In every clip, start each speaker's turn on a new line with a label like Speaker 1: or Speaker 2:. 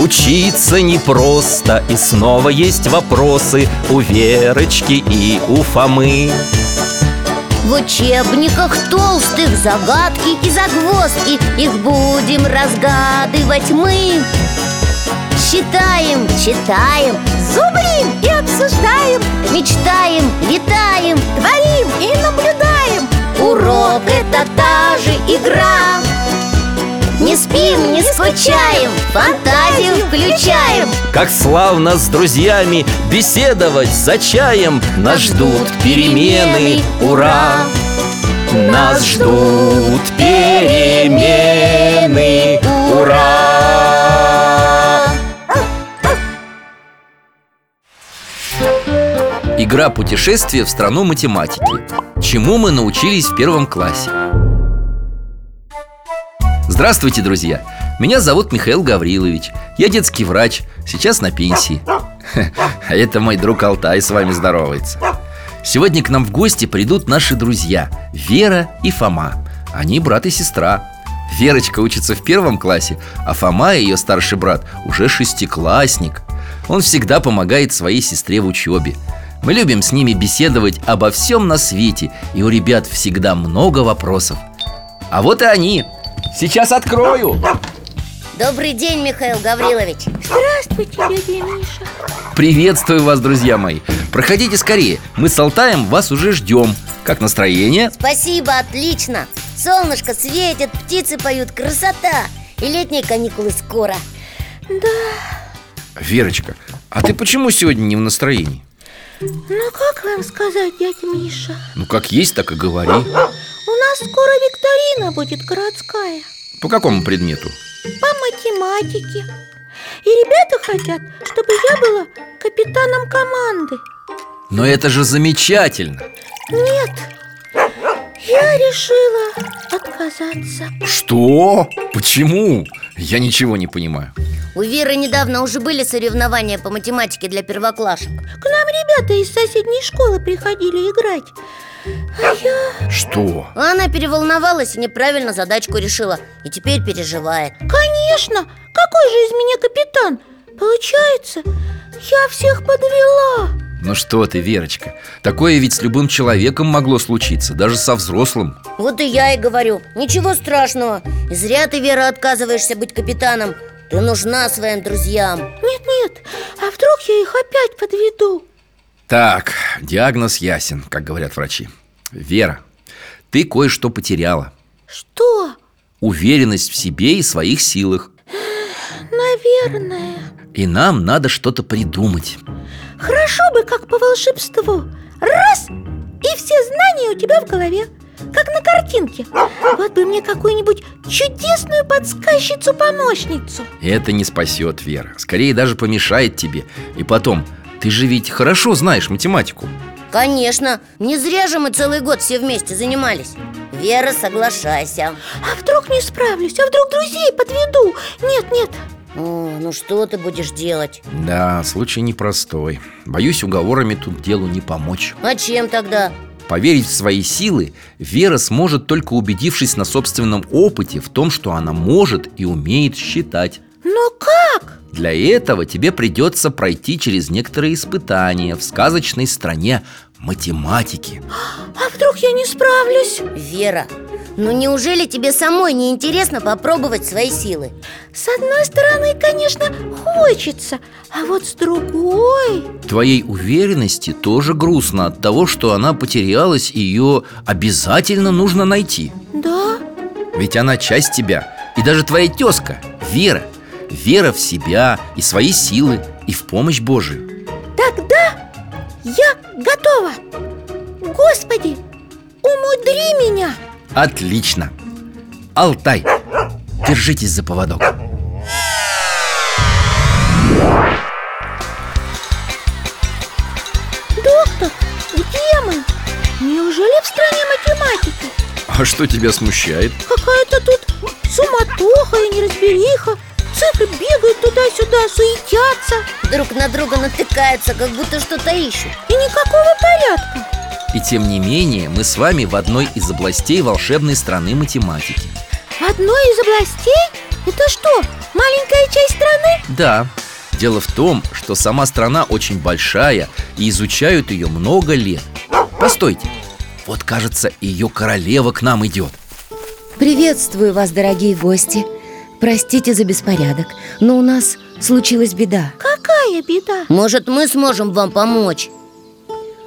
Speaker 1: учиться непросто И снова есть вопросы у Верочки и у Фомы
Speaker 2: В учебниках толстых загадки и загвоздки Их будем разгадывать мы Считаем, читаем,
Speaker 3: зубрим и обсуждаем
Speaker 2: мечтаем, витаем
Speaker 3: Творим и наблюдаем
Speaker 2: Урок – это та же игра Не спим, не скучаем, фантазию включаем
Speaker 1: Как славно с друзьями беседовать за чаем Нас ждут перемены, ура! Нас ждут перемены, ура! Игра путешествия в страну математики. Чему мы научились в первом классе? Здравствуйте, друзья! Меня зовут Михаил Гаврилович. Я детский врач, сейчас на пенсии. А это мой друг Алтай с вами здоровается. Сегодня к нам в гости придут наши друзья Вера и Фома. Они брат и сестра. Верочка учится в первом классе, а Фома, ее старший брат, уже шестиклассник. Он всегда помогает своей сестре в учебе. Мы любим с ними беседовать обо всем на свете, и у ребят всегда много вопросов. А вот и они. Сейчас открою.
Speaker 2: Добрый день, Михаил Гаврилович
Speaker 3: Здравствуйте, дядя Миша
Speaker 1: Приветствую вас, друзья мои. Проходите скорее. Мы с Алтаем вас уже ждем. Как настроение?
Speaker 2: Спасибо, отлично Солнышко светит, птицы поют, красота И летние каникулы скоро
Speaker 1: Верочка, а ты почему сегодня не в настроении?
Speaker 3: Ну как вам сказать, дядя Миша?
Speaker 1: Ну, как есть, так и говори.
Speaker 3: У нас скоро викторина будет городская
Speaker 1: По какому предмету?
Speaker 3: по математике И ребята хотят, чтобы я была капитаном команды
Speaker 1: Но это же замечательно.
Speaker 3: Нет, я решила отказаться
Speaker 1: Что? Почему? Я ничего не понимаю.
Speaker 2: У Веры недавно уже были соревнования по математике для первоклашек
Speaker 3: К нам ребята из соседней школы приходили играть А я...
Speaker 1: Что?
Speaker 2: А Она переволновалась и неправильно задачку решила И теперь переживает
Speaker 3: Конечно! Какой же из меня капитан? Получается, я всех подвела
Speaker 1: Ну что ты, Верочка, такое ведь с любым человеком могло случиться, даже со взрослым.
Speaker 2: Вот и я и говорю, ничего страшного И зря ты, Вера, отказываешься быть капитаном Ты нужна своим друзьям
Speaker 3: Нет-нет, а вдруг я их опять подведу?
Speaker 1: Так, диагноз ясен, как говорят врачи. Вера, ты кое-что потеряла.
Speaker 3: Что?
Speaker 1: Уверенность в себе и своих силах.
Speaker 3: Наверное
Speaker 1: И нам надо что-то придумать.
Speaker 3: Хорошо бы, как по волшебству Раз, и все знания у тебя в голове Как на картинке Вот бы мне какую-нибудь чудесную подсказчицу-помощницу
Speaker 1: Это не спасет, Вера. Скорее даже помешает тебе. И потом, ты же ведь хорошо знаешь математику.
Speaker 2: Конечно, не зря же мы целый год все вместе занимались Вера, соглашайся
Speaker 3: А вдруг не справлюсь, а вдруг друзей подведу Нет-нет,
Speaker 2: О, Ну что ты будешь делать?
Speaker 1: Да, случай непростой. Боюсь, уговорами тут делу не помочь.
Speaker 2: А чем тогда?
Speaker 1: Поверить в свои силы Вера сможет только убедившись на собственном опыте в том, что она может и умеет считать.
Speaker 3: но как?
Speaker 1: Для этого тебе придется пройти через некоторые испытания в сказочной стране математики.
Speaker 3: А вдруг я не справлюсь?
Speaker 2: Вера, ну неужели тебе самой не интересно попробовать свои силы?
Speaker 3: С одной стороны, конечно, хочется А вот с другой
Speaker 1: Твоей уверенности тоже грустно от того, что она потерялась, и ее обязательно нужно найти.
Speaker 3: Да,
Speaker 1: Ведь она часть тебя И даже твоя тезка Вера Вера в себя и свои силы И в помощь Божию
Speaker 3: Тогда я готова Господи, умудри меня
Speaker 1: Отлично Алтай, держитесь за поводок
Speaker 3: Доктор, где мы? Неужели в стране математики?
Speaker 1: А что тебя смущает?
Speaker 3: Какая-то тут суматоха и неразбериха Цифры бегают туда-сюда, суетятся
Speaker 2: Друг на друга натыкаются, как будто что-то ищут
Speaker 3: И никакого порядка
Speaker 1: И тем не менее, мы с вами в одной из областей волшебной страны математики
Speaker 3: В одной из областей? Это что, маленькая часть страны?
Speaker 1: Да, дело в том, что сама страна очень большая и изучают ее много лет. Постойте, вот кажется, ее королева к нам идет.
Speaker 2: Приветствую вас, дорогие гости. Простите за беспорядок, но у нас случилась беда.
Speaker 3: Какая беда!
Speaker 4: Может, мы сможем вам помочь?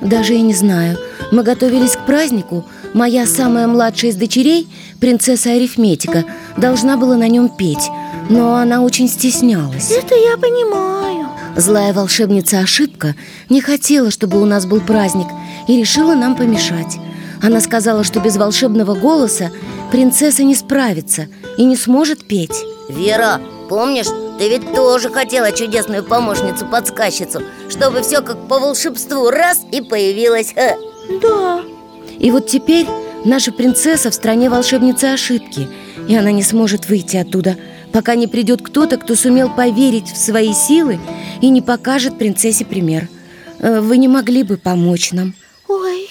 Speaker 2: Даже и не знаю. Мы готовились к празднику. Моя самая младшая из дочерей, принцесса Арифметика, должна была на нем петь, но она очень стеснялась.
Speaker 3: Это я понимаю.
Speaker 2: Злая волшебница Ошибка не хотела, чтобы у нас был праздник, и решила нам помешать. Она сказала, что без волшебного голоса принцесса не справится и не сможет петь.
Speaker 4: Вера, помнишь, ты ведь тоже хотела чудесную помощницу-подсказчицу Чтобы все как по волшебству раз и появилось Ха.
Speaker 3: Да,
Speaker 2: И вот теперь наша принцесса в стране волшебницы ошибки, и она не сможет выйти оттуда, пока не придет кто-то, кто сумел поверить в свои силы и не покажет принцессе пример. Э, Вы не могли бы помочь нам?
Speaker 3: ой,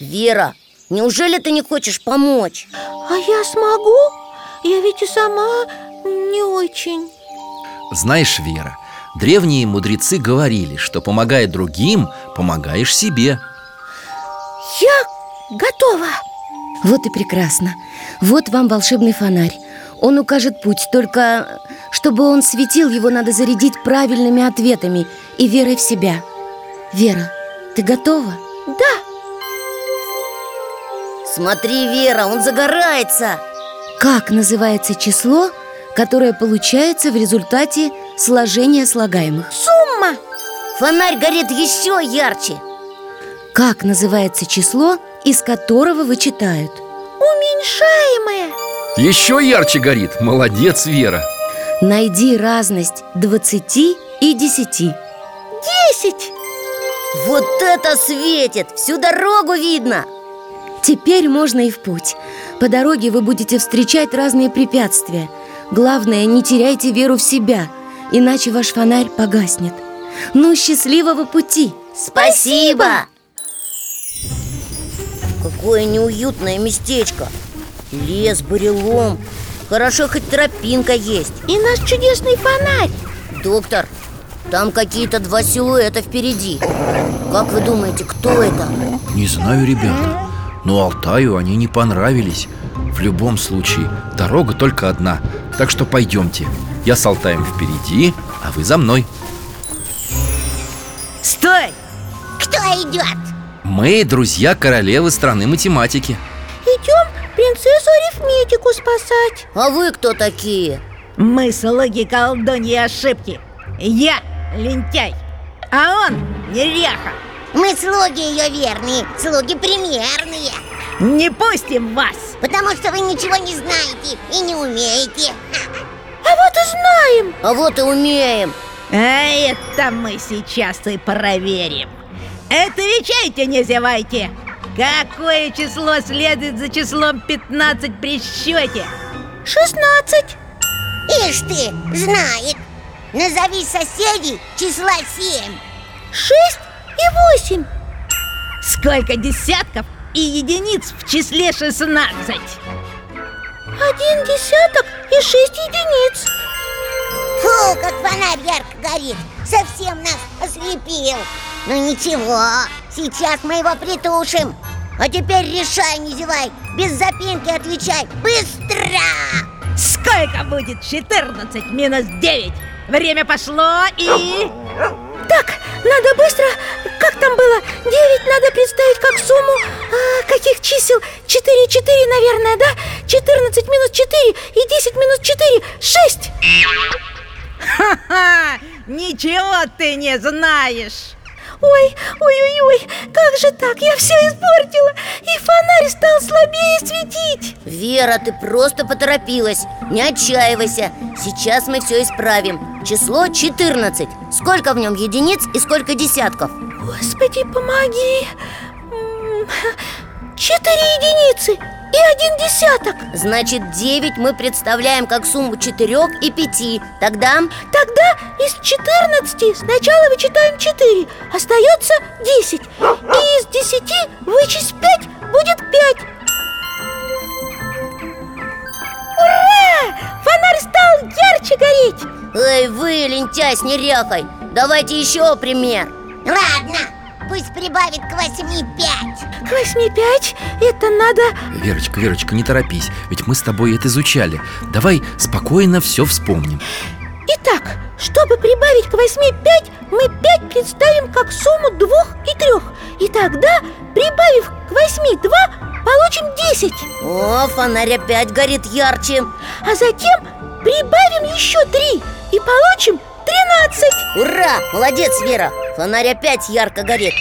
Speaker 4: Вера, неужели ты не хочешь помочь?
Speaker 3: а я смогу? Я ведь и сама не очень
Speaker 1: Знаешь, Вера, древние мудрецы говорили, что помогая другим, помогаешь себе.
Speaker 3: Я готова!
Speaker 2: Вот и прекрасно. Вот вам волшебный фонарь. Он укажет путь, только э, чтобы он светил, его надо зарядить правильными ответами и верой в себя. Вера, ты готова?
Speaker 3: Да,
Speaker 4: Смотри, Вера, он загорается
Speaker 2: Как называется число, которое получается в результате сложения слагаемых?
Speaker 3: сумма!
Speaker 4: Фонарь горит еще ярче
Speaker 2: Как называется число, из которого вычитают?
Speaker 3: Уменьшаемая!
Speaker 1: Еще ярче горит. Молодец, Вера.
Speaker 2: Найди разность 20 и 10.
Speaker 3: Десять!
Speaker 4: Вот это светит! Всю дорогу видно!
Speaker 2: Теперь можно и в путь. По дороге вы будете встречать разные препятствия. Главное, не теряйте веру в себя, иначе ваш фонарь погаснет. Ну, счастливого пути!
Speaker 4: Спасибо! Какое неуютное местечко Лес, бурелом Хорошо, хоть тропинка есть
Speaker 3: И наш чудесный фонарь!
Speaker 4: Доктор, там какие-то два силуэта впереди Как вы думаете, кто это?
Speaker 1: Не знаю, ребята, но Алтаю они не понравились. В любом случае, дорога только одна, так что пойдемте. Я с Алтаем впереди, а вы за мной.
Speaker 4: Стой! Кто идет?
Speaker 1: Мы друзья королевы страны математики.
Speaker 3: Идем принцессу арифметику спасать
Speaker 4: А вы кто такие?
Speaker 5: Мы слуги колдуньи ошибки Я лентяй, а он неряха
Speaker 6: Мы слуги ее верные, слуги премьерные
Speaker 5: Не пустим вас!
Speaker 6: Потому что вы ничего не знаете и не умеете
Speaker 3: А вот и знаем!
Speaker 4: А вот и умеем
Speaker 5: А это мы сейчас и проверим Отвечайте, не зевайте! Какое число следует за числом 15 при счете?
Speaker 3: Шестнадцать!
Speaker 6: Ишь ты, знает Назови соседей числа семь
Speaker 3: Шесть и восемь!
Speaker 5: Сколько десятков и единиц в числе 16?
Speaker 3: Один десяток и шесть единиц!
Speaker 6: Фу, как фонарь ярко горит Совсем нас ослепил Ну ничего, сейчас мы его притушим А теперь решай, не зевай Без запинки отвечай Быстро!
Speaker 5: Сколько будет 14 минус 9? Время пошло и...
Speaker 3: Так, надо быстро, как там было, 9 надо представить как сумму а, каких чисел? 4, 4, наверное, да? 14 минус 4 и 10 минус 4, 6
Speaker 5: Ха-ха! Ничего ты не знаешь!
Speaker 3: Ой, ой-ой-ой, как же так, я все испортила И фонарь стал слабее светить
Speaker 4: Вера, ты просто поторопилась Не отчаивайся Сейчас мы все исправим Число 14 Сколько в нем единиц и сколько десятков?
Speaker 3: Господи, помоги М, Четыре единицы и один десяток
Speaker 4: Значит, 9 мы представляем как сумму 4 и 5 Тогда...
Speaker 3: Тогда из 14 сначала вычитаем 4 Остается 10 И из 10 вычесть 5 будет 5 Ура! Фонарь стал ярче гореть
Speaker 4: Эй, вы, лентяй с неряхой Давайте еще пример
Speaker 6: Ладно, пусть прибавит к восьми пять
Speaker 3: К восьми пять это надо
Speaker 1: Верочка, Верочка, не торопись, ведь мы с тобой это изучали. Давай спокойно все вспомним.
Speaker 3: Итак, чтобы прибавить к восьми пять, мы пять представим как сумму двух и трех И тогда, прибавив к восьми два, получим десять
Speaker 4: О, фонарь опять горит ярче
Speaker 3: А затем прибавим еще три и получим тринадцать
Speaker 4: Ура! Молодец, Вера! Фонарь опять ярко горит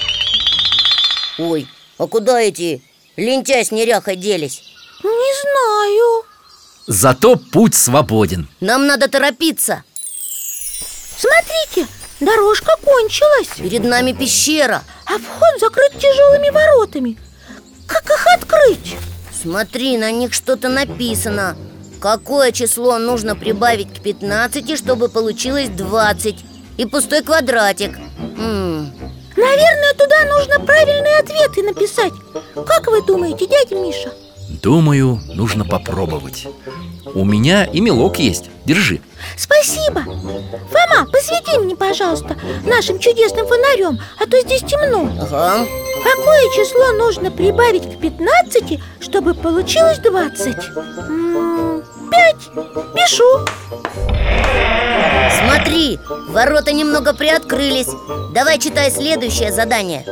Speaker 4: Ой, а куда эти лентяй с неряхой делись?
Speaker 3: Не знаю
Speaker 1: Зато путь свободен.
Speaker 4: Нам надо торопиться
Speaker 3: Смотрите, дорожка кончилась
Speaker 4: Перед нами пещера
Speaker 3: А вход закрыт тяжелыми воротами Как их открыть?
Speaker 4: Смотри, на них что-то написано Какое число нужно прибавить к 15, чтобы получилось 20 И пустой квадратик М,
Speaker 3: Наверное, туда нужно правильные ответы написать Как вы думаете, дядя Миша?
Speaker 1: Думаю, нужно попробовать. У меня и мелок есть. Держи.
Speaker 3: Спасибо Фома, посвети мне, пожалуйста, нашим чудесным фонарем А то здесь темно
Speaker 4: Ага,
Speaker 3: Какое число нужно прибавить к 15, чтобы получилось 20? М, Пять Пишу
Speaker 4: смотри, ворота немного приоткрылись Давай читай следующее задание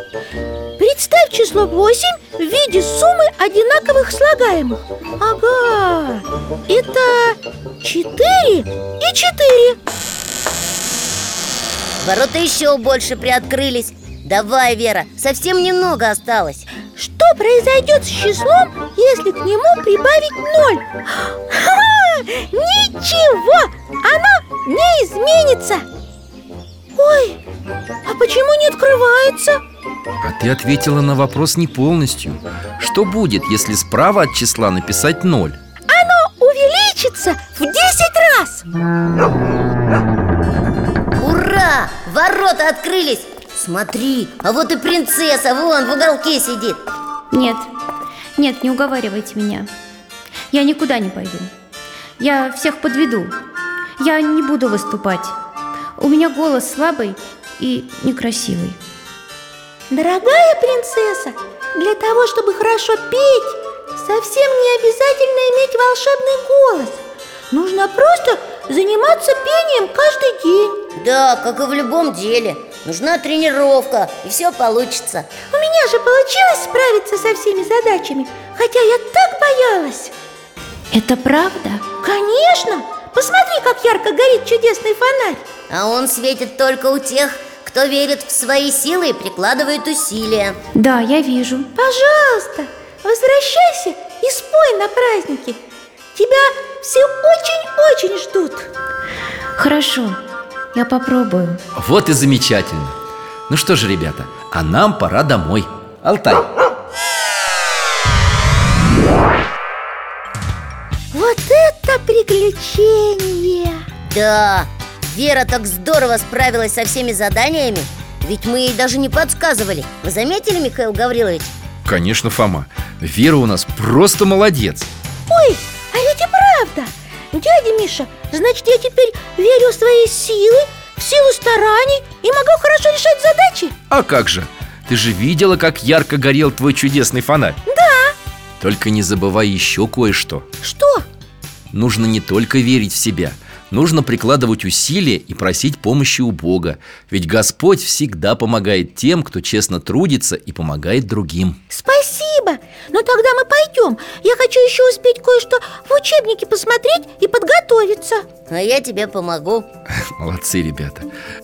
Speaker 3: Представь число 8 в виде суммы одинаковых слагаемых Ага, это 4 и 4
Speaker 4: Ворота еще больше приоткрылись Давай, Вера, совсем немного осталось
Speaker 3: Что произойдет с числом, если к нему прибавить 0? Ха-ха! Ничего! Оно не изменится! Ой, а почему не открывается?
Speaker 1: А ты ответила на вопрос не полностью. Что будет, если справа от числа написать ноль?
Speaker 3: Оно увеличится в 10 раз!
Speaker 4: Ура! Ворота открылись! Смотри, а вот и принцесса вон в уголке сидит
Speaker 7: Нет, нет, не уговаривайте меня. Я никуда не пойду. Я всех подведу. Я не буду выступать. У меня голос слабый и некрасивый.
Speaker 3: Дорогая принцесса, для того, чтобы хорошо петь, совсем не обязательно иметь волшебный голос. Нужно просто заниматься пением каждый день.
Speaker 4: Да, как и в любом деле Нужна тренировка, и все получится
Speaker 3: У меня же получилось справиться со всеми задачами, хотя я так боялась.
Speaker 7: Это правда?
Speaker 3: Конечно! Посмотри, как ярко горит чудесный фонарь.
Speaker 4: А он светит только у тех, кто верит в свои силы и прикладывает усилия
Speaker 7: Да, я вижу.
Speaker 3: Пожалуйста, возвращайся и спой на празднике. Тебя все очень-очень ждут.
Speaker 7: Хорошо, я попробую.
Speaker 1: Вот и замечательно. Ну что же, ребята, а нам пора домой. Алтай,
Speaker 3: Вот это приключение!
Speaker 4: Да, Вера так здорово справилась со всеми заданиями Ведь мы ей даже не подсказывали Вы заметили, Михаил Гаврилович?
Speaker 1: Конечно, Фома. Вера у нас просто молодец.
Speaker 3: Ой, а ведь и правда! Дядя Миша, значит, я теперь верю в свои силы, в силу стараний и могу хорошо решать задачи.
Speaker 1: А как же? Ты же видела, как ярко горел твой чудесный фонарь? Да. Только не забывай еще кое-что.
Speaker 3: Что?
Speaker 1: Нужно не только верить в себя, нужно прикладывать усилия и просить помощи у Бога. Ведь Господь всегда помогает тем, кто честно трудится и помогает другим.
Speaker 3: Спасибо! Но тогда мы пойдем. Я хочу еще успеть кое-что в учебнике посмотреть и подготовиться.
Speaker 4: А я тебе помогу
Speaker 1: Молодцы, ребята.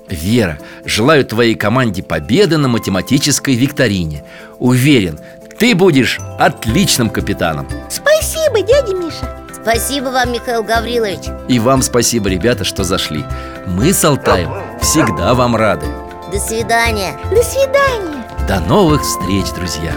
Speaker 1: Вера, желаю твоей команде победы на математической викторине. Уверен, ты будешь отличным капитаном.
Speaker 3: Спасибо, дядя Миша.
Speaker 4: Спасибо вам, Михаил Гаврилович
Speaker 1: И вам спасибо, ребята, что зашли. Мы с Алтаем всегда вам рады.
Speaker 4: До свидания
Speaker 3: До свидания.
Speaker 1: До новых встреч, друзья!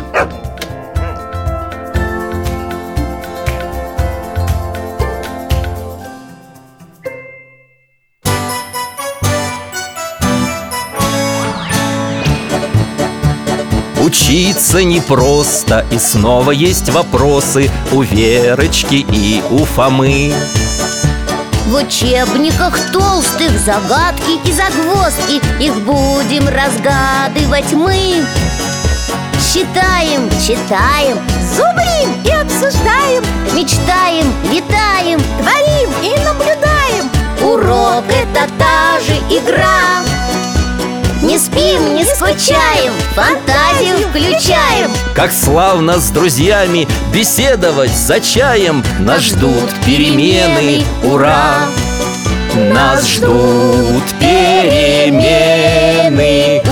Speaker 1: Учиться непросто, и снова есть вопросы у Верочки и у Фомы.
Speaker 4: В учебниках толстых загадки и загвоздки Их будем разгадывать мы Считаем, читаем,
Speaker 3: Зубрим и обсуждаем,
Speaker 4: мечтаем, летаем
Speaker 3: творим и наблюдаем
Speaker 4: Урок это та же игра Не спим, не скучаем, фантазию включаем
Speaker 1: Как славно с друзьями беседовать за чаем Нас ждут перемены, ура! Нас ждут перемены,